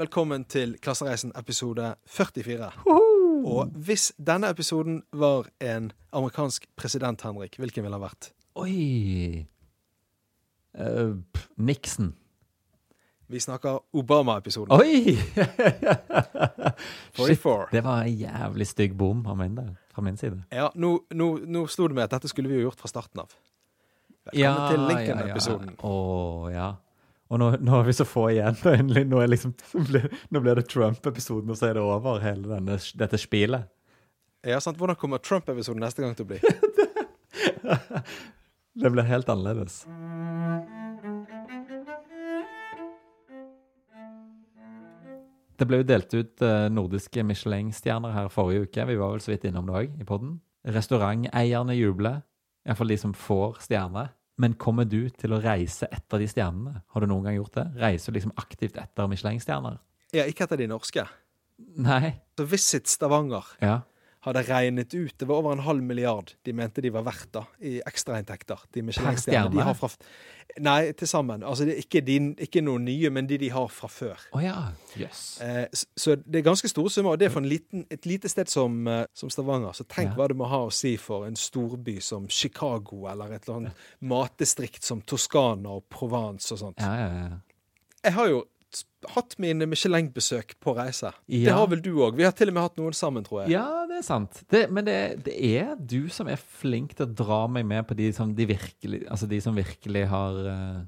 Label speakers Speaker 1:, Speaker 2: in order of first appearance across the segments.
Speaker 1: Velkommen til Klassereisen episode 44. Og hvis denne episoden var en amerikansk president, Henrik, hvilken ville han vært?
Speaker 2: Oi Eh, pff, Nixon.
Speaker 1: Vi snakker Obama-episoden.
Speaker 2: Oi!
Speaker 1: 44.
Speaker 2: Det var en jævlig stygg bom av min der, fra min side.
Speaker 1: Ja, nå, nå, nå slo det meg at dette skulle vi jo gjort fra starten av. Velkommen til Lincoln-episoden.
Speaker 2: Ja, ja. Å, ja. Og nå, nå har vi så få igjen. Nå, endelig, nå, er liksom, nå blir det Trump-episoden, og så er det over hele denne, dette spillet.
Speaker 1: Ja, sant? Hvordan kommer Trump-episoden neste gang til å bli?
Speaker 2: Det blir helt annerledes. Det ble jo delt ut eh, nordiske Michelin-stjerner her forrige uke. Vi var vel så vidt innom det òg i podden. Restauranteierne jubler, iallfall de som får stjerne. Men kommer du til å reise etter de stjernene? Har du noen gang gjort det? Reiser du liksom aktivt etter Michelin-stjerner?
Speaker 1: Ja, ikke etter de norske.
Speaker 2: Nei.
Speaker 1: Så Visit Stavanger
Speaker 2: Ja.
Speaker 1: hadde regnet ut Det var over en halv milliard de mente de var verdt da, i ekstrainntekter. De Michelin-stjernene de
Speaker 2: stjerne?
Speaker 1: har fra Nei, til sammen. Altså, det er ikke, de, ikke noen nye, men de de har fra før.
Speaker 2: Å ja. Jøss. Yes.
Speaker 1: Eh, s- så det er ganske store summer, og det er for en liten, et lite sted som, eh, som Stavanger. Så tenk
Speaker 2: Ja.
Speaker 1: hva det må ha å si for en storby som Chicago, eller et eller annet matdistrikt som Toskana og Provence og sånt.
Speaker 2: Ja, ja, ja.
Speaker 1: Jeg har jo s- hatt mine Michelin-besøk på reise. Det
Speaker 2: Ja.
Speaker 1: har vel du òg? Vi har til og med hatt noen sammen, tror jeg.
Speaker 2: Ja, det er sant. Det, men det, det er du som er flink til å dra meg med på de som, de virkelig, altså de som virkelig har eh,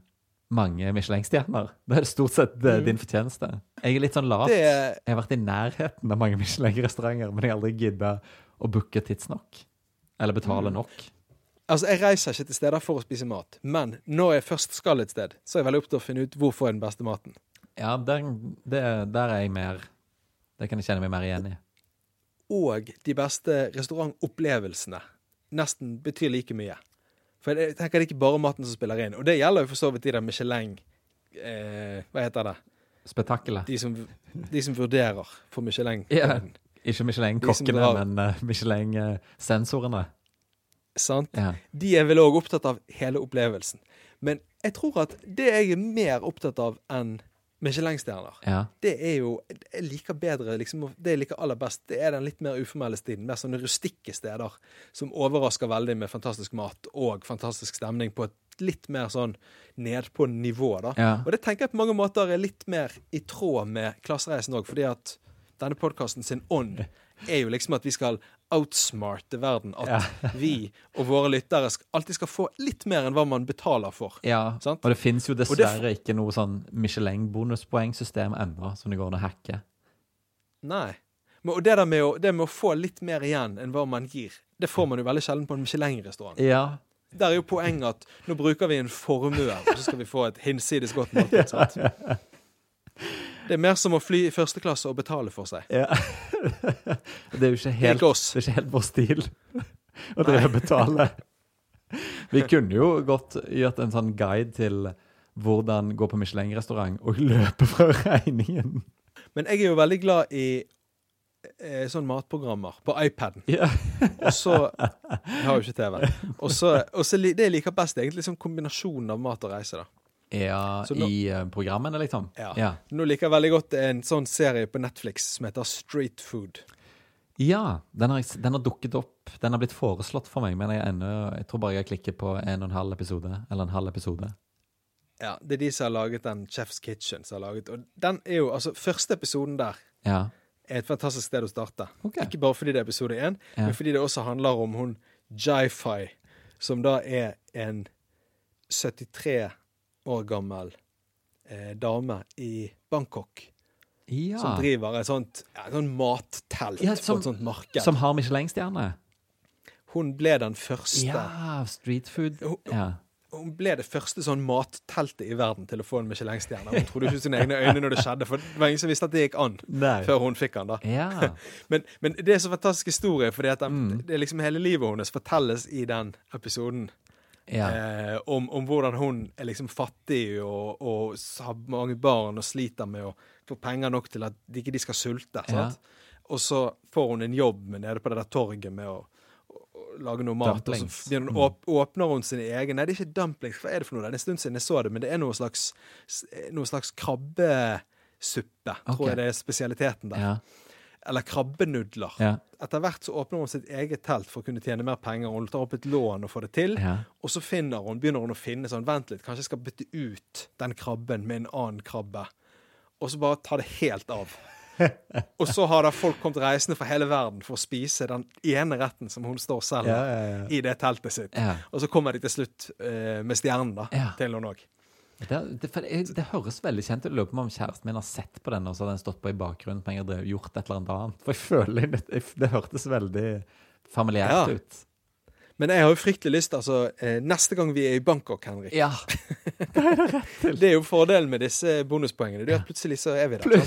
Speaker 2: mange Michelin-stjerner. Det er stort sett eh, din fortjeneste. Jeg er litt sånn lat.
Speaker 1: Mm. Det-
Speaker 2: Jeg har vært i nærheten av mange Michelin-restauranter, men jeg har aldri gidda å booke tidsnok. Eller betale
Speaker 1: Mm.
Speaker 2: nok.
Speaker 1: Altså, Jeg reiser ikke til steder for å spise mat, men når jeg først skal et sted, så er jeg veldig opptatt av å finne ut hvor får jeg den beste maten.
Speaker 2: Ja, der, det, der er jeg mer Det kan jeg kjenne meg mer igjen i.
Speaker 1: Og de beste restaurantopplevelsene nesten betyr like mye. For jeg tenker det er ikke bare maten som spiller inn, og det gjelder jo for så vidt de der Michelin eh, Hva heter det?
Speaker 2: Spetakkelet.
Speaker 1: De som, de som vurderer for Michelin.
Speaker 2: Ja. Ikke
Speaker 1: De som
Speaker 2: Michelin-kokkene,
Speaker 1: drar.
Speaker 2: men eh, Michelin-sensorene.
Speaker 1: Sant?
Speaker 2: Ja.
Speaker 1: De er vel òg opptatt av hele opplevelsen. Men jeg tror at det jeg er mer opptatt av enn Michelin-stjerner,
Speaker 2: ja.
Speaker 1: det er jo Jeg liker bedre liksom, å- Det jeg liker aller best, det er den litt mer uformelle stiden. Mer sånne rustikke steder som overrasker veldig med fantastisk mat og fantastisk stemning på et litt mer sånn nedpå nivå, da.
Speaker 2: Ja.
Speaker 1: Og det tenker jeg på mange måter er litt mer i tråd med Klassereisen òg, fordi at denne podkasten sin ånd er jo liksom at vi skal outsmarte verden. At vi og våre lyttere sk- alltid skal få litt mer enn hva man betaler for.
Speaker 2: Ja,
Speaker 1: Sant?
Speaker 2: og det finnes jo
Speaker 1: det
Speaker 2: dessverre ikke noe sånn Michelin-bonuspoengsystem ennå som det går an å hacke.
Speaker 1: Nei. Men, og det der med å, det med å få litt mer igjen enn hva man gir, det får man jo veldig sjelden på en Michelin-restaurant.
Speaker 2: Ja.
Speaker 1: Der er jo poenget at nå bruker vi en formue, og så skal vi få et hinsides godt måltid. sant? Det er mer som å fly i første klasse og betale for seg.
Speaker 2: Det er jo ikke
Speaker 1: Helt,
Speaker 2: helt,
Speaker 1: ikke oss.
Speaker 2: det er ikke helt vår stil å drive og betale. Vi kunne jo godt gjort en sånn guide til hvordan gå på Michelin-restaurant og løpe fra regningen.
Speaker 1: Men jeg er jo veldig glad i eh, sånne matprogrammer på iPaden.
Speaker 2: Ja.
Speaker 1: Og så Jeg har jo ikke TV. Og så, og så li- det jeg liker best, er egentlig sånn kombinasjonen av mat og reise. da.
Speaker 2: Ja,
Speaker 1: Så nå-
Speaker 2: i eh, programmene, liksom?
Speaker 1: Ja.
Speaker 2: Ja.
Speaker 1: Nå liker jeg veldig godt en sånn serie på Netflix som heter Street Food.
Speaker 2: Ja, den har, jeg s- den har dukket opp. Den har blitt foreslått for meg, men jeg, ennå, jeg tror bare jeg klikker på en og en halv episode. Eller en halv episode.
Speaker 1: Ja, Det er de som har laget den Chef's Kitchen. som har laget, og den er jo, altså Første episoden der
Speaker 2: Ja.
Speaker 1: er et fantastisk sted å starte.
Speaker 2: Ok.
Speaker 1: Ikke bare fordi det er episode én,
Speaker 2: Ja.
Speaker 1: men fordi det også handler om hun Jifi, som da er en 73 år gammel eh, dame i Bangkok.
Speaker 2: ja.
Speaker 1: Som driver et sånt, ja, et sånt mattelt
Speaker 2: Ah. Ja,
Speaker 1: på
Speaker 2: som-
Speaker 1: et sånt marked.
Speaker 2: Som har Michelin-stjerne?
Speaker 1: Hun ble den første
Speaker 2: Ja, street food.
Speaker 1: Hun-
Speaker 2: Ja.
Speaker 1: Hun ble det første sånn matteltet i verden til å få en Michelin-stjerne. Hun trodde ikke sine egne øyne når det skjedde, for det var ingen som visste at det gikk an
Speaker 2: Nei.
Speaker 1: før hun fikk den. da.
Speaker 2: Ja. Mm.
Speaker 1: Men, men det er så fantastisk historie, fordi at den, det er liksom hele livet hennes fortelles i den episoden.
Speaker 2: ja.
Speaker 1: Eh, om, om hvordan hun er liksom fattig og, og s- har mange barn og sliter med å få penger nok til at de ikke de skal sulte.
Speaker 2: Ja.
Speaker 1: Sant? Og så får hun en jobb med, nede på det der torget med å, å, å lage noe mat. Og
Speaker 2: Dumplings. Mm.
Speaker 1: så begynner hun, åp, åpner hun sine egne Nei, det er ikke dumplings. Hva er det for noe? Det er en stund siden jeg så det, men det er noe slags, s- noe slags krabbe Krabbesuppe,
Speaker 2: Ok.
Speaker 1: tror jeg det er spesialiteten der.
Speaker 2: Ja,
Speaker 1: Eller krabbenudler.
Speaker 2: ja,
Speaker 1: Etter hvert så åpner hun sitt eget telt for å kunne tjene mer penger. Hun tar opp et lån og får det til.
Speaker 2: ja.
Speaker 1: Og så finner hun, begynner hun å finne sånn Vent litt, kanskje jeg skal bytte ut den krabben med en annen krabbe. Og så bare ta det helt av. Og så har da folk kommet reisende fra hele verden for å spise den ene retten som hun står selv med
Speaker 2: ja,
Speaker 1: i det teltet sitt.
Speaker 2: ja.
Speaker 1: Og så kommer de til slutt eh, med stjernen da,
Speaker 2: Ja.
Speaker 1: til hun òg.
Speaker 2: Det, det, for jeg, det høres veldig kjent ut. Jeg Lurer på om kjæresten min har sett på den, og så har den stått på i bakgrunnen mens jeg har gjort et eller annet annet. For jeg føler det, jeg- det hørtes veldig familiært
Speaker 1: Ja.
Speaker 2: ut.
Speaker 1: Men jeg har jo fryktelig lyst, altså eh, Neste gang vi er i Bangkok, Henrik
Speaker 2: Ja.
Speaker 1: Det er jo fordelen med disse bonuspoengene. Det er at plutselig så er vi der.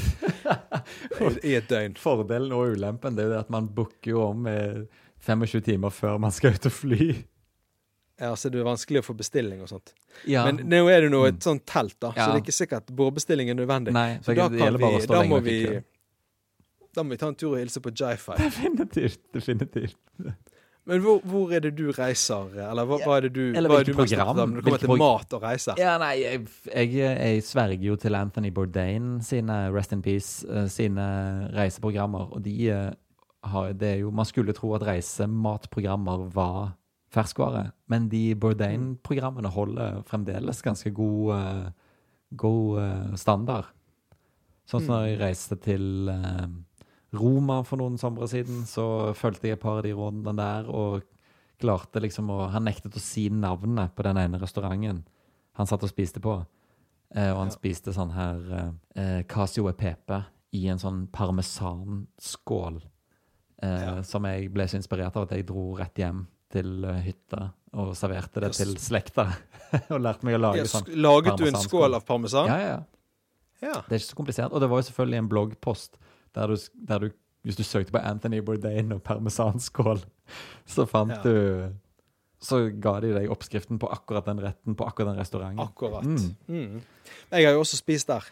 Speaker 1: sant? I et døgn.
Speaker 2: Fordelen og ulempen det er jo det at man booker jo om eh, 25 timer før man skal ut og fly.
Speaker 1: Ja, så det er vanskelig å få bestilling og sånt.
Speaker 2: Ja. Mm.
Speaker 1: Men nå er det jo et sånt telt, da,
Speaker 2: Ja.
Speaker 1: så det er ikke sikkert bordbestilling er nødvendig.
Speaker 2: Nei,
Speaker 1: så
Speaker 2: det-
Speaker 1: da
Speaker 2: det
Speaker 1: kan
Speaker 2: gjelder bare å
Speaker 1: vi,
Speaker 2: stå
Speaker 1: da
Speaker 2: lenge
Speaker 1: må
Speaker 2: nok i
Speaker 1: vi
Speaker 2: kø.
Speaker 1: Da må vi ta en tur og hilse på Jifi.
Speaker 2: definitivt. definitivt.
Speaker 1: Men hvor, hvor er det du reiser, eller hva, hva er det du
Speaker 2: Eller
Speaker 1: hva er
Speaker 2: hvilket
Speaker 1: du mest opptatt av
Speaker 2: program?
Speaker 1: Når det kommer
Speaker 2: Hvilket
Speaker 1: til
Speaker 2: prog-
Speaker 1: mat og reise.
Speaker 2: Ja, nei, jeg, jeg, jeg sverger jo til Anthony Bourdain sine Rest in Peace, eh, sine reiseprogrammer, og de eh, har det er jo Man skulle tro at reisematprogrammer var ferskvare, men de Bourdain-programmene holder fremdeles ganske god, eh, god eh, standard. Sånn som når jeg reiste til eh, Roma for noen somre siden, så fulgte jeg et par av de rådene der, og klarte liksom å Han nektet å si navnet på den ene restauranten han satt og spiste på. Eh, og han spiste sånn her eh, eh, casio e pepe i en sånn parmesanskål. Eh, Som jeg ble så inspirert av at jeg dro rett hjem til eh, hytta og serverte det
Speaker 1: Yes.
Speaker 2: til slekta. og lærte meg å
Speaker 1: Ja,
Speaker 2: lage
Speaker 1: sk-
Speaker 2: sånn.
Speaker 1: laget du en
Speaker 2: parmesanskål.
Speaker 1: skål av parmesan?
Speaker 2: Ja, ja, ja.
Speaker 1: Ja.
Speaker 2: Det er ikke så komplisert. Og det var jo selvfølgelig en bloggpost der du, der du hvis du søkte på Anthony Bourdain og parmesanskål, så fant
Speaker 1: Ja.
Speaker 2: du Så ga de deg oppskriften på akkurat den retten på akkurat den restauranten.
Speaker 1: Akkurat.
Speaker 2: Mm.
Speaker 1: Mm. Jeg har jo også spist der.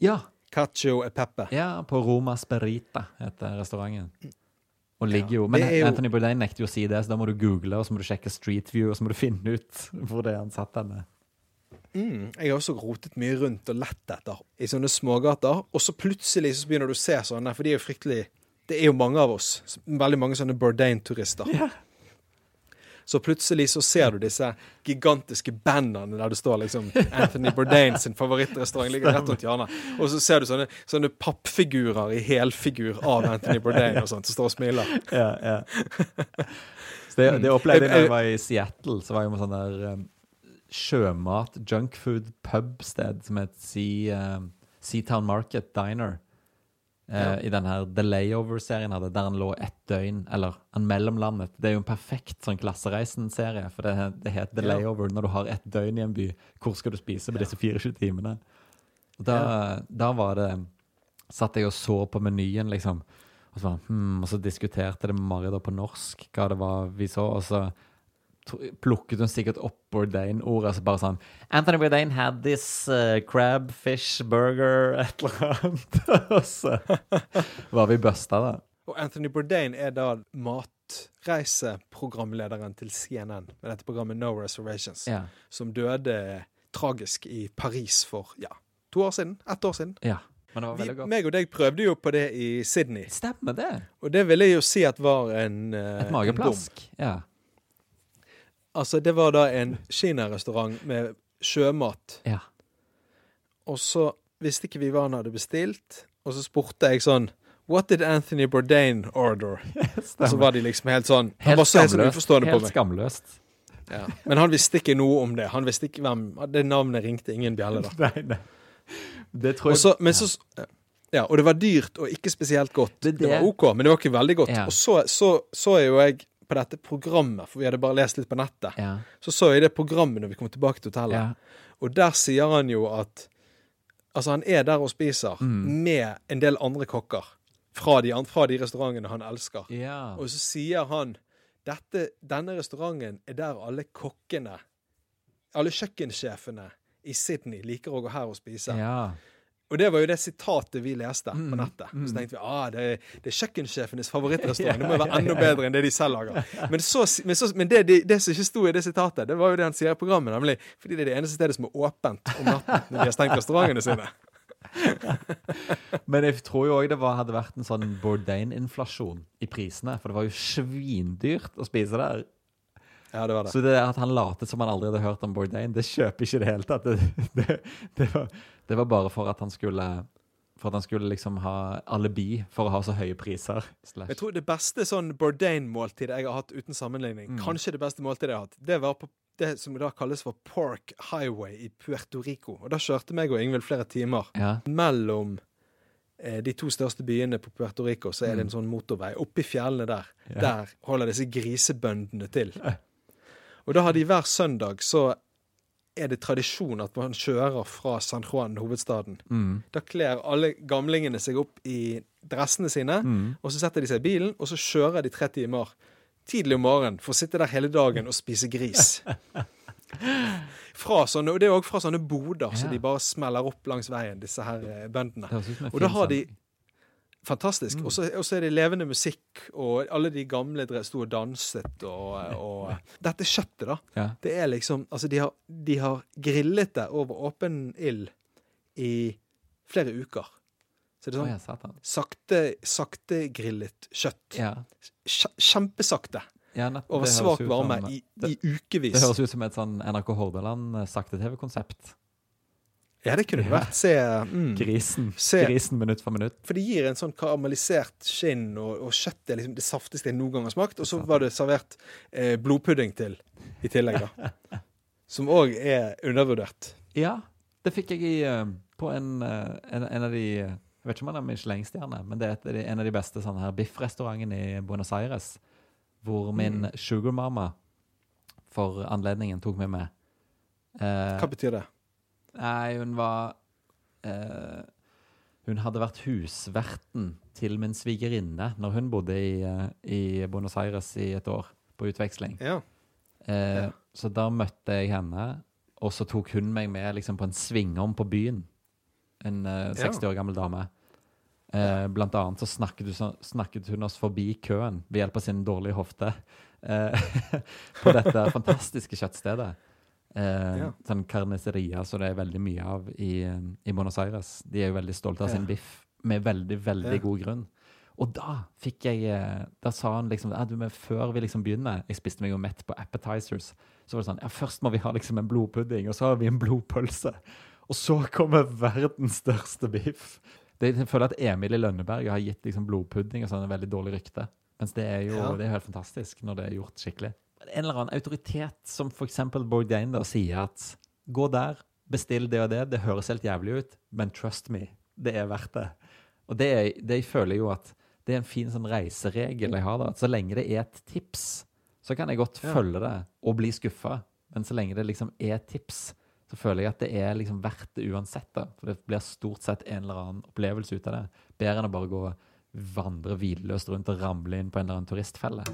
Speaker 2: Ja,
Speaker 1: Cacio e pepe.
Speaker 2: ja, på Roma Sperita heter restauranten. Og ligger jo,
Speaker 1: det
Speaker 2: Men
Speaker 1: er jo-
Speaker 2: Anthony Bourdain nekter jo å si det, så da må du google og så må du sjekke Street View, og så må du finne ut hvor det er han satt henne.
Speaker 1: Mm. Jeg har også rotet mye rundt og lett etter i sånne smågater, og så plutselig så begynner du å se sånne, for de er jo fryktelig Det er jo mange av oss. s- Veldig mange sånne Bourdain-turister. Så plutselig så ser du disse gigantiske bandene der det står liksom Anthony Bourdain sin favorittrestaurant ligger rett rundt hjørnet. Og så ser du sånne, sånne pappfigurer i helfigur av Anthony Bourdain og sånt som står og smiler.
Speaker 2: ja, ja. Så det, det opplevde jeg
Speaker 1: Mm.
Speaker 2: da jeg var i Seattle. Så var jeg på sånn der um, sjømat, junkfood, pubsted som het sea, um, Seatown Market Diner. eh,
Speaker 1: Ja.
Speaker 2: I den her The Layover-serien hadde, der han lå ett døgn, eller han mellomlandet. Det er jo en perfekt sånn klassereisen-serie, for det, det heter The
Speaker 1: Ja.
Speaker 2: Layover når du har ett døgn i en by. Hvor skal du spise på disse 24 timene? Og da, da var det Satt jeg og så på menyen, liksom. Og så, var det, hmm, og så diskuterte det med Mari da på norsk hva det var vi så, og så tro- plukket hun sikkert opp Bourdain-ordet, og så bare sånn Anthony Bourdain had this eh, crab fish burger et eller annet. og så var vi busta, da.
Speaker 1: Og Anthony Bourdain er da matreiseprogramlederen til CNN med dette programmet No Reservations,
Speaker 2: Ja.
Speaker 1: som døde tragisk i Paris for ja, to år siden. Ett år siden.
Speaker 2: ja. Men det var
Speaker 1: Vi,
Speaker 2: veldig godt.
Speaker 1: meg og deg prøvde jo på det i Sydney,
Speaker 2: Stemmer det?
Speaker 1: og det vil jeg jo si at var en eh,
Speaker 2: Et
Speaker 1: en
Speaker 2: mageplask. Ja.
Speaker 1: bom. Altså, det var da en kinarestaurant med sjømat,
Speaker 2: ja.
Speaker 1: og så visste ikke vi hva han hadde bestilt, og så spurte jeg sånn What did Anthony Bourdain order? Og så
Speaker 2: Stemmer.
Speaker 1: var de liksom helt sånn Han var så helt sånn uforstående på
Speaker 2: Helt
Speaker 1: meg.
Speaker 2: skamløst.
Speaker 1: Ja. Men han visste ikke noe om det. Han visste ikke hvem Det navnet ringte ingen bjelle, da.
Speaker 2: Nei, nei. Det tror
Speaker 1: Og
Speaker 2: jeg
Speaker 1: så, men så ja, og det var dyrt og ikke spesielt godt.
Speaker 2: Det er det.
Speaker 1: Det var OK, men det var ikke veldig godt.
Speaker 2: Ja.
Speaker 1: Og så, så så jo jeg på dette programmet, for vi hadde bare lest litt på nettet.
Speaker 2: ja.
Speaker 1: Så så jeg det programmet når vi kom tilbake til hotellet,
Speaker 2: Ja.
Speaker 1: og der sier han jo at Altså, han er der og spiser
Speaker 2: Mm.
Speaker 1: med en del andre kokker fra de, an- fra de restaurantene han elsker.
Speaker 2: Ja.
Speaker 1: Og så sier han dette, denne restauranten er der alle kokkene, alle kjøkkensjefene i Sydney liker å gå her og spise.
Speaker 2: ja.
Speaker 1: Og det var jo det sitatet vi leste på nettet. Så tenkte vi ah, det, er- det er kjøkkensjefenes favorittrestaurant. Det må jo være enda bedre enn det de selv lager. Men, så, si- men, så, men det, det, det som ikke sto i det sitatet, det var jo det han sier i programmet, nemlig fordi det er det eneste stedet som er åpent om natten når de har stengt restaurantene sine.
Speaker 2: Men jeg tror jo òg det var, hadde vært en sånn Bourdain-inflasjon i prisene. For det var jo svindyrt å spise der.
Speaker 1: Ja, det var det.
Speaker 2: Så det at han latet som han aldri hadde hørt om Bourdain, det kjøper ikke i det hele tatt. Det, det, det, var, det var bare for at han skulle For at han skulle liksom ha alibi for å ha så høye priser.
Speaker 1: Jeg tror det beste sånn Bourdain-måltidet jeg har hatt uten sammenligning, kanskje det beste måltidet jeg har hatt, det var på det som da kalles for Park Highway i Puerto Rico. Og da kjørte meg og Ingvild flere timer
Speaker 2: Ja.
Speaker 1: mellom eh, de to største byene på Puerto Rico, så er det en sånn motorvei oppi fjellene der. Der holder disse grisebøndene til. Og da har de hver søndag så er det tradisjon at man kjører fra San Juan, hovedstaden. Da kler alle gamlingene seg opp i dressene sine, og så setter de seg i bilen, og så kjører de tre timer tidlig om morgenen for å sitte der hele dagen og spise gris. Fra sånne, og Det er òg fra sånne boder, så
Speaker 2: Ja.
Speaker 1: de bare smeller opp langs veien, disse her eh, bøndene.
Speaker 2: Det høres ut som en
Speaker 1: Og da
Speaker 2: fin
Speaker 1: har de
Speaker 2: sammenheng.
Speaker 1: Fantastisk.
Speaker 2: Mm.
Speaker 1: Og så og så er det levende musikk, og alle de gamle dre- sto og danset, og, og eh, Dette kjøttet, da.
Speaker 2: ja.
Speaker 1: Det er liksom Altså, de har, de har grillet det over åpen ild i flere uker. Så det er
Speaker 2: Å,
Speaker 1: sånn
Speaker 2: ja, satan.
Speaker 1: sakte, sakte grillet kjøtt.
Speaker 2: Ja.
Speaker 1: Kje- Kjempesakte.
Speaker 2: Ja, nett-
Speaker 1: Over
Speaker 2: det høres
Speaker 1: svak
Speaker 2: ut som-
Speaker 1: varme i, i
Speaker 2: Det
Speaker 1: ukevis.
Speaker 2: høres ut som et sånn NRK eh, Hordaland-sakte-TV-konsept.
Speaker 1: Ja, det kunne det vært. Se mm.
Speaker 2: Grisen.
Speaker 1: Se.
Speaker 2: Grisen minutt for minutt.
Speaker 1: For det gir en sånn karamellisert skinn, og, og kjøttet er liksom det saftigste jeg noen gang har smakt. Og så var det servert eh, blodpudding til i tillegg, da. Som òg er undervurdert.
Speaker 2: Ja, det fikk jeg i, eh, på en, eh, en, en av de Jeg vet ikke om han er Michelin-stjerne, men det er et av de- en av de beste sånne her biffrestaurantene i Buenos Aires. Hvor min
Speaker 1: Mm.
Speaker 2: sugarmama for anledningen tok meg med. Eh,
Speaker 1: Hva betyr det?
Speaker 2: nei, hun var eh, Hun hadde vært husverten til min svigerinne når hun bodde i, eh, i Buenos Aires i et år på utveksling.
Speaker 1: Ja.
Speaker 2: Eh,
Speaker 1: Ja.
Speaker 2: Så da møtte jeg henne, og så tok hun meg med liksom, på en svingom på byen. En eh, 60 år gammel dame. Eh, blant annet så snakket, hun, så- snakket hun oss forbi køen ved hjelp av sin dårlige hofte eh, på dette fantastiske kjøttstedet. Eh,
Speaker 1: Ja.
Speaker 2: Sånn carniceria som det er veldig mye av i, eh, i Buenos Aires. De er jo veldig stolte av sin
Speaker 1: Ja.
Speaker 2: biff, med veldig, veldig
Speaker 1: Ja.
Speaker 2: god grunn. Og da fikk jeg eh, Da sa han liksom «Ja, du, men Før vi liksom begynner Jeg spiste meg jo mett på appetizers. Så var det sånn Ja, først må vi ha liksom en blodpudding, og så har vi en blodpølse. Og så kommer verdens største biff. Det, jeg føler at Emil i Lønneberg har gitt liksom blodpudding og sånn en veldig dårlig rykte. Mens det er jo
Speaker 1: Ja.
Speaker 2: det er jo helt fantastisk når det er gjort skikkelig. En eller annen autoritet som f.eks. Bourdain da, sier at gå der, bestill det og det, det høres helt jævlig ut, men trust me, det er verdt det. Og det, er- det føler jeg jo at det er en fin sånn reiseregel jeg har, da. At så lenge det er et tips, så kan jeg godt
Speaker 1: Ja.
Speaker 2: følge det og bli skuffa. Men så lenge det liksom er et tips, så føler jeg at det er liksom verdt det uansett. da. For det blir stort sett en eller annen opplevelse ut av det. Bedre enn å bare gå og vandre hvileløst rundt og ramle inn på en eller annen turistfelle.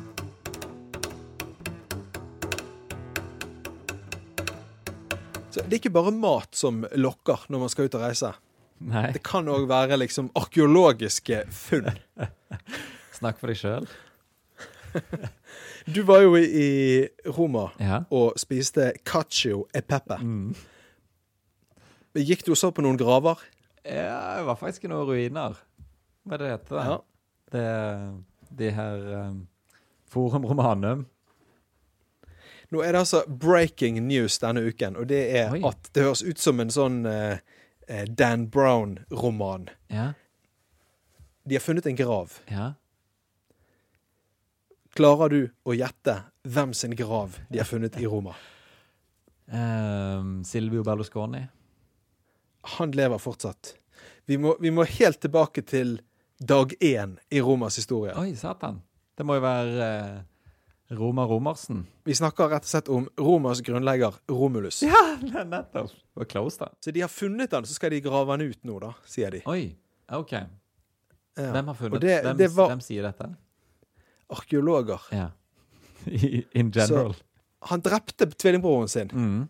Speaker 1: Så det er ikke bare mat som lokker når man skal ut og reise.
Speaker 2: Nei,
Speaker 1: Det kan òg være liksom arkeologiske funn.
Speaker 2: snakk for deg sjøl.
Speaker 1: Du var jo i Roma
Speaker 2: Ja.
Speaker 1: og spiste cacio e pepe.
Speaker 2: Mm.
Speaker 1: Gikk du og så på noen graver?
Speaker 2: Ja, det var faktisk noen ruiner. Hva er det det heter? da?
Speaker 1: Ja.
Speaker 2: Det er de her um, Forum Romanum.
Speaker 1: Nå er det altså breaking news denne uken, og det er
Speaker 2: Oi.
Speaker 1: at det høres ut som en sånn eh, eh, Dan Brown-roman.
Speaker 2: Ja,
Speaker 1: De har funnet en grav.
Speaker 2: ja.
Speaker 1: Klarer du å gjette hvem sin grav de har funnet i Roma?
Speaker 2: Ehm, Silvio Berlusconi.
Speaker 1: Han lever fortsatt. Vi må, vi må helt tilbake til dag én i Romas historie.
Speaker 2: Oi, satan. Det må jo være eh, Roma Romersen.
Speaker 1: Vi snakker rett og slett om Romas grunnlegger Romulus.
Speaker 2: Ja, nettopp. Det var close, da.
Speaker 1: Så de har funnet han, så skal de grave han ut nå, da, sier de.
Speaker 2: Oi, OK.
Speaker 1: Ja.
Speaker 2: Hvem har funnet
Speaker 1: Og det,
Speaker 2: hvem,
Speaker 1: det var
Speaker 2: hvem sier dette?
Speaker 1: arkeologer.
Speaker 2: Ja. I- In general.
Speaker 1: Han drepte tvillingbroren sin
Speaker 2: Mm.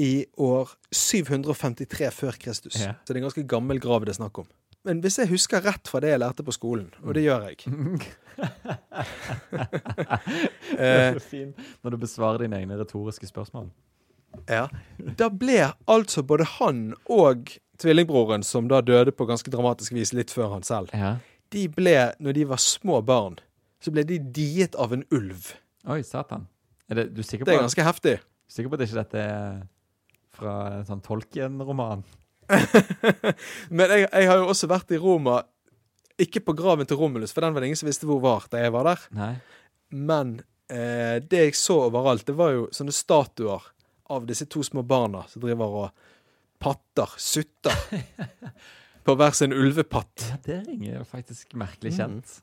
Speaker 1: i år 753 før Kristus.
Speaker 2: Ja.
Speaker 1: Så det er en ganske gammel grav det er snakk om. Men hvis jeg husker rett fra det jeg lærte på skolen, og det gjør jeg
Speaker 2: Det er så fint Eh, når du besvarer dine egne retoriske spørsmål.
Speaker 1: Ja. Da ble altså både han og tvillingbroren, som da døde på ganske dramatisk vis litt før han selv,
Speaker 2: Ja.
Speaker 1: de ble, når de var små barn, så ble de diet av en ulv.
Speaker 2: Oi, satan. Er det, du er sikker
Speaker 1: Det
Speaker 2: på,
Speaker 1: er ganske heftig.
Speaker 2: sikker på at ikke dette er fra en sånn Tolkien-roman?
Speaker 1: Men jeg, jeg har jo også vært i Roma, ikke på graven til Romulus, for den var det ingen som visste hvor var da jeg var der.
Speaker 2: Nei.
Speaker 1: Men eh, det jeg så overalt, det var jo sånne statuer av disse to små barna som driver og patter, sutter, på hver sin ulvepatt.
Speaker 2: Ja, det ringer jo faktisk merkelig kjent.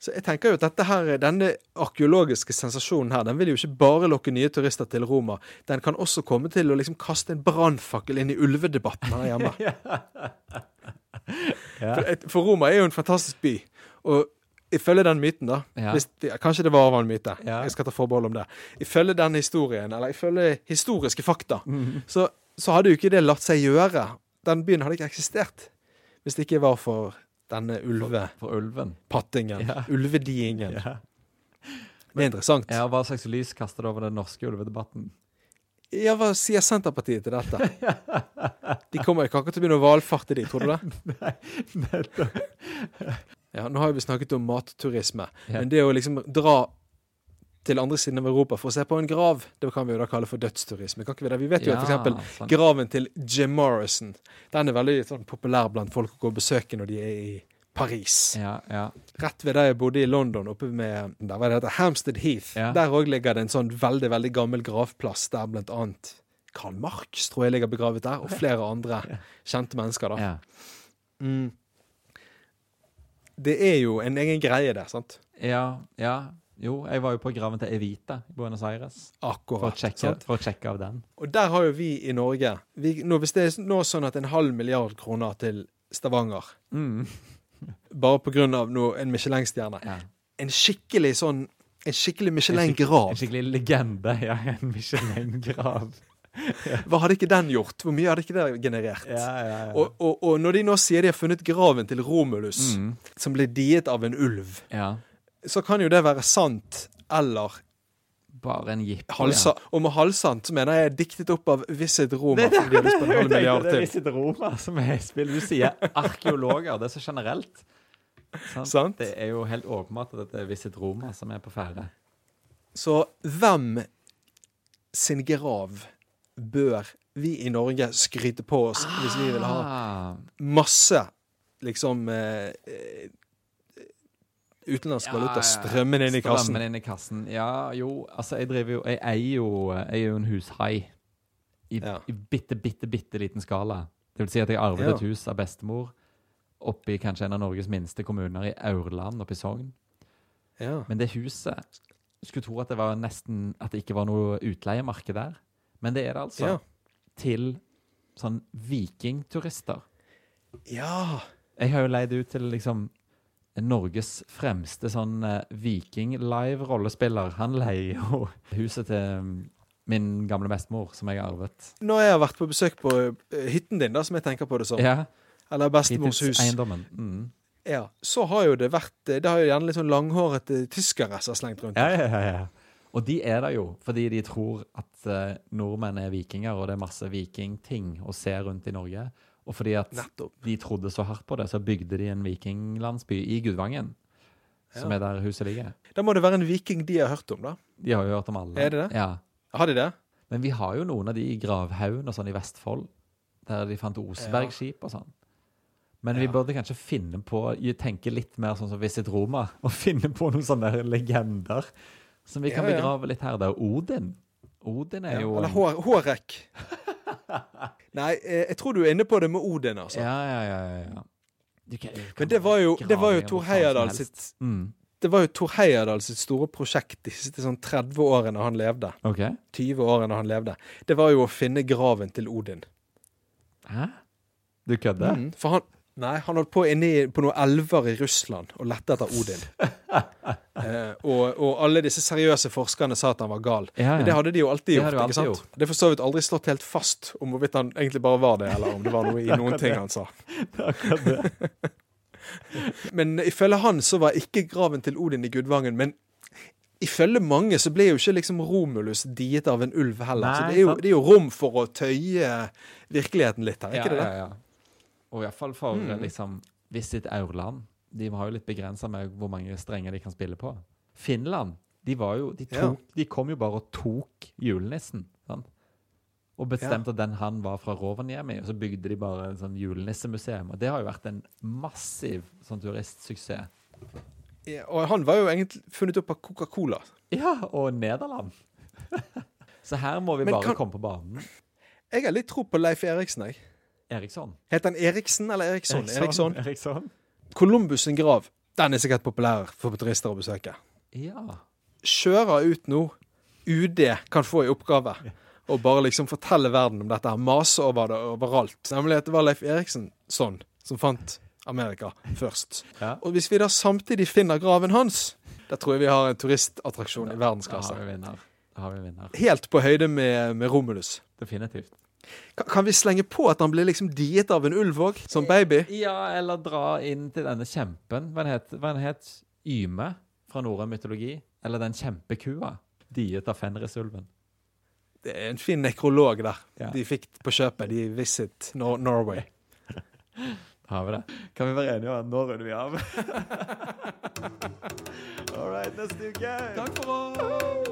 Speaker 1: Så jeg tenker jo at dette her, denne arkeologiske sensasjonen her, den vil jo ikke bare lokke nye turister til Roma. Den kan også komme til å liksom kaste en brannfakkel inn i ulvedebatten her hjemme. for, et- for Roma er jo en fantastisk by. Og ifølge den myten, da
Speaker 2: Ja.
Speaker 1: hvis det, Kanskje det var av en myte.
Speaker 2: Ja.
Speaker 1: Jeg skal ta forbehold om det. Ifølge den historien, eller ifølge historiske fakta, så, så hadde jo ikke det latt seg gjøre. Den byen hadde ikke eksistert hvis det ikke var for denne ulve
Speaker 2: For ulven.
Speaker 1: pattingen.
Speaker 2: Ja.
Speaker 1: Ulvediingen.
Speaker 2: Ja.
Speaker 1: Det er interessant.
Speaker 2: ja, Hva slags lys kaster det over den norske ulvedebatten?
Speaker 1: Ja, hva sier Senterpartiet til dette? De kommer ikke akkurat til å begynne å valfarte, de, tror du det? Ja, nå har jo vi snakket om matturisme,
Speaker 2: Ja.
Speaker 1: men det å liksom dra til andre siden av Europa for å se på en grav, det kan vi jo da kalle for dødsturisme. Kan ikke vi det? Vi vet jo at for eksempel
Speaker 2: sant.
Speaker 1: graven til Jim Morrison, den er veldig sånn, populær blant folk å gå og besøke når de er i Paris.
Speaker 2: Ja, ja.
Speaker 1: rett ved der jeg bodde i London, oppe med der var det heter Hampstead Heath.
Speaker 2: Ja.
Speaker 1: Der òg ligger det en sånn veldig veldig gammel gravplass der blant annet Karl Marx tror jeg ligger begravet der, og flere andre kjente mennesker. da.
Speaker 2: ja.
Speaker 1: Mm. Det er jo en egen greie der, sant?
Speaker 2: Ja, ja. Jo, jeg var jo på graven til Evita i Buenos Aires for å
Speaker 1: Akkurat.
Speaker 2: sjekke,
Speaker 1: sant?
Speaker 2: for å sjekke av den.
Speaker 1: Og der har jo vi i Norge vi, nå, Hvis det er nå sånn at en halv milliard kroner til Stavanger
Speaker 2: Mm.
Speaker 1: bare pga. en Michelin-stjerne
Speaker 2: Ja.
Speaker 1: En skikkelig sånn En skikkelig
Speaker 2: En
Speaker 1: Michelin-grav.
Speaker 2: skikkelig legende. Ja, en Michelin-grav.
Speaker 1: Hva hadde ikke den gjort? Hvor mye hadde ikke det generert?
Speaker 2: Ja, ja, ja.
Speaker 1: Og, og, og når de nå sier de har funnet graven til Romulus,
Speaker 2: Mm.
Speaker 1: som ble diet av en ulv,
Speaker 2: ja.
Speaker 1: så kan jo det være sant eller
Speaker 2: Bare en jippo.
Speaker 1: halsa, Og med halvsant så mener jeg diktet opp av Visit Roma. fordi de har lyst på en halv milliard til.
Speaker 2: Visit Roma som er i spill. Du sier arkeologer, det er så generelt. Sant?
Speaker 1: Sant.
Speaker 2: Det er jo helt åpenbart at det er Visit Roma som er på ferde.
Speaker 1: Så hvem sin grav bør vi i Norge skryte på oss hvis vi vil ha
Speaker 2: Ah,
Speaker 1: masse liksom eh, eh, utenlandsk valuta strømmende inn i kassen?
Speaker 2: Strømmen inn i kassen. Ja, jo, altså jeg driver jo Jeg eier jo, jeg er jo en hushai. I,
Speaker 1: Ja.
Speaker 2: I bitte, bitte, bitte liten skala. Det vil si at jeg arvet
Speaker 1: Ja.
Speaker 2: et hus av bestemor oppi kanskje en av Norges minste kommuner, i Aurland oppe i Sogn.
Speaker 1: Ja.
Speaker 2: Men det huset Skulle tro at det var nesten At det ikke var noe utleiemarked der. Men det er det altså.
Speaker 1: Ja.
Speaker 2: Til sånn vikingturister.
Speaker 1: ja.
Speaker 2: Jeg har jo leid ut til liksom Norges fremste sånn eh, viking-live-rollespiller. Han leier jo huset til mm, min gamle bestemor, som jeg har arvet.
Speaker 1: Når jeg har vært på besøk på eh, hytten din, da, som jeg tenker på det som,
Speaker 2: Ja,
Speaker 1: eller bestemors hus,
Speaker 2: Fritidseiendommen. Mm.
Speaker 1: ja, så har jo det vært eh, Det har jo gjerne litt sånn langhårete tyskere som har slengt rundt.
Speaker 2: Ja, ja, ja, ja. Og de er der jo, fordi de tror at eh, nordmenn er vikinger, og det er masse vikingting å se rundt i Norge. Og fordi at
Speaker 1: Nettopp.
Speaker 2: de trodde så hardt på det, så bygde de en vikinglandsby i Gudvangen, som
Speaker 1: Ja.
Speaker 2: er der huset ligger.
Speaker 1: Da må det være en viking de har hørt om, da.
Speaker 2: De har jo hørt om alle.
Speaker 1: Er det det?
Speaker 2: Ja.
Speaker 1: Har de det?
Speaker 2: Men vi har jo noen av de i gravhaugen og sånn i Vestfold, der de fant Osebergskip og sånn. Men vi
Speaker 1: Ja.
Speaker 2: burde kanskje finne på, tenke litt mer sånn som Visit Roma, og finne på noen sånne der legender som vi kan
Speaker 1: Ja, ja.
Speaker 2: begrave litt her. Det er Odin. Odin
Speaker 1: Ja.
Speaker 2: er jo
Speaker 1: Eller hår, hårrekk. Nei, eh, jeg tror du er inne på det med Odin, altså.
Speaker 2: Ja, ja, ja. ja, ja. Du kan- du kan
Speaker 1: Men det var jo,
Speaker 2: grave
Speaker 1: det var jo
Speaker 2: i
Speaker 1: Tor
Speaker 2: hva faen som
Speaker 1: Heyerdahl
Speaker 2: helst.
Speaker 1: sitt
Speaker 2: mm.
Speaker 1: Det var jo Tor Heyerdahl sitt store prosjekt de siste sånn 30 årene han levde.
Speaker 2: OK.
Speaker 1: 20 årene han levde. Det var jo å finne graven til Odin.
Speaker 2: Hæ? Du kødder?
Speaker 1: Mm, for han, nei, han holdt på inne i- på noen elver i Russland og lette etter Odin. eh, og, og alle disse seriøse forskerne sa at han var gal.
Speaker 2: Ja,
Speaker 1: Men
Speaker 2: ja.
Speaker 1: det hadde de jo alltid
Speaker 2: Det
Speaker 1: gjort.
Speaker 2: hadde jo
Speaker 1: ikke sant?
Speaker 2: alltid
Speaker 1: Det er for så vidt aldri slått helt fast om hvorvidt han egentlig bare var det, eller om det var noe i noen ting han sa.
Speaker 2: Akkurat det.
Speaker 1: Men ifølge han så var ikke graven til Odin i Gudvangen, men Ifølge mange så ble jo ikke liksom Romulus diet av en ulv heller. så
Speaker 2: Nei,
Speaker 1: det er, jo,
Speaker 2: sant.
Speaker 1: det er jo rom for å tøye virkeligheten litt her, er ikke det? Mm. det?
Speaker 2: Ja, ja, ja. Og i hvert fall for liksom, Visit Aurland. De har jo litt begrensa med hvor mange strenger de kan spille på. Finland de, var jo, de,
Speaker 1: Ja.
Speaker 2: tok, de kom jo bare og tok julenissen. Sant? Og bestemte at den han var fra Rovaniemi, og så bygde de bare en sånn julenissemuseum. Og det har jo vært en massiv sånn turistsuksess.
Speaker 1: Ja, Og han var jo egentlig funnet opp av Coca-Cola.
Speaker 2: Ja, og Nederland! så her må vi
Speaker 1: Men
Speaker 2: bare
Speaker 1: kan-
Speaker 2: komme på banen.
Speaker 1: Jeg har litt tro på Leif Eriksen, jeg.
Speaker 2: Eriksson.
Speaker 1: Het han Eriksen eller Eriksson? Sånn, Eriksson.
Speaker 2: Eriksson.
Speaker 1: Columbus sin grav. Den er sikkert populær for turister å besøke.
Speaker 2: Ja.
Speaker 1: Kjører ut nå. UD kan få i oppgave å bare liksom fortelle verden om dette. her. Mase over det overalt. Nemlig at det var Leif Eriksen sånn som fant Amerika først.
Speaker 2: Ja.
Speaker 1: Og hvis vi da samtidig finner graven hans, da tror jeg vi har en turistattraksjon i
Speaker 2: Da har
Speaker 1: verdensklasse.
Speaker 2: vi vinner. Da har vi vinner.
Speaker 1: Helt på høyde med, med Romulus.
Speaker 2: Definitivt.
Speaker 1: Kan, kan vi slenge på at han ble liksom diet av en ulv òg, som baby?
Speaker 2: Ja, eller dra inn til denne kjempen. Hva den het hva den? Het Yme fra norrøn mytologi? Eller den kjempekua? Diet av fenrisulven.
Speaker 1: Det er en fin nekrolog der.
Speaker 2: Ja.
Speaker 1: De fikk på kjøpet. De visit Nor Norway.
Speaker 2: Har vi det? Kan vi være enige om at nå runder vi av? All right, neste uke. Takk for oss.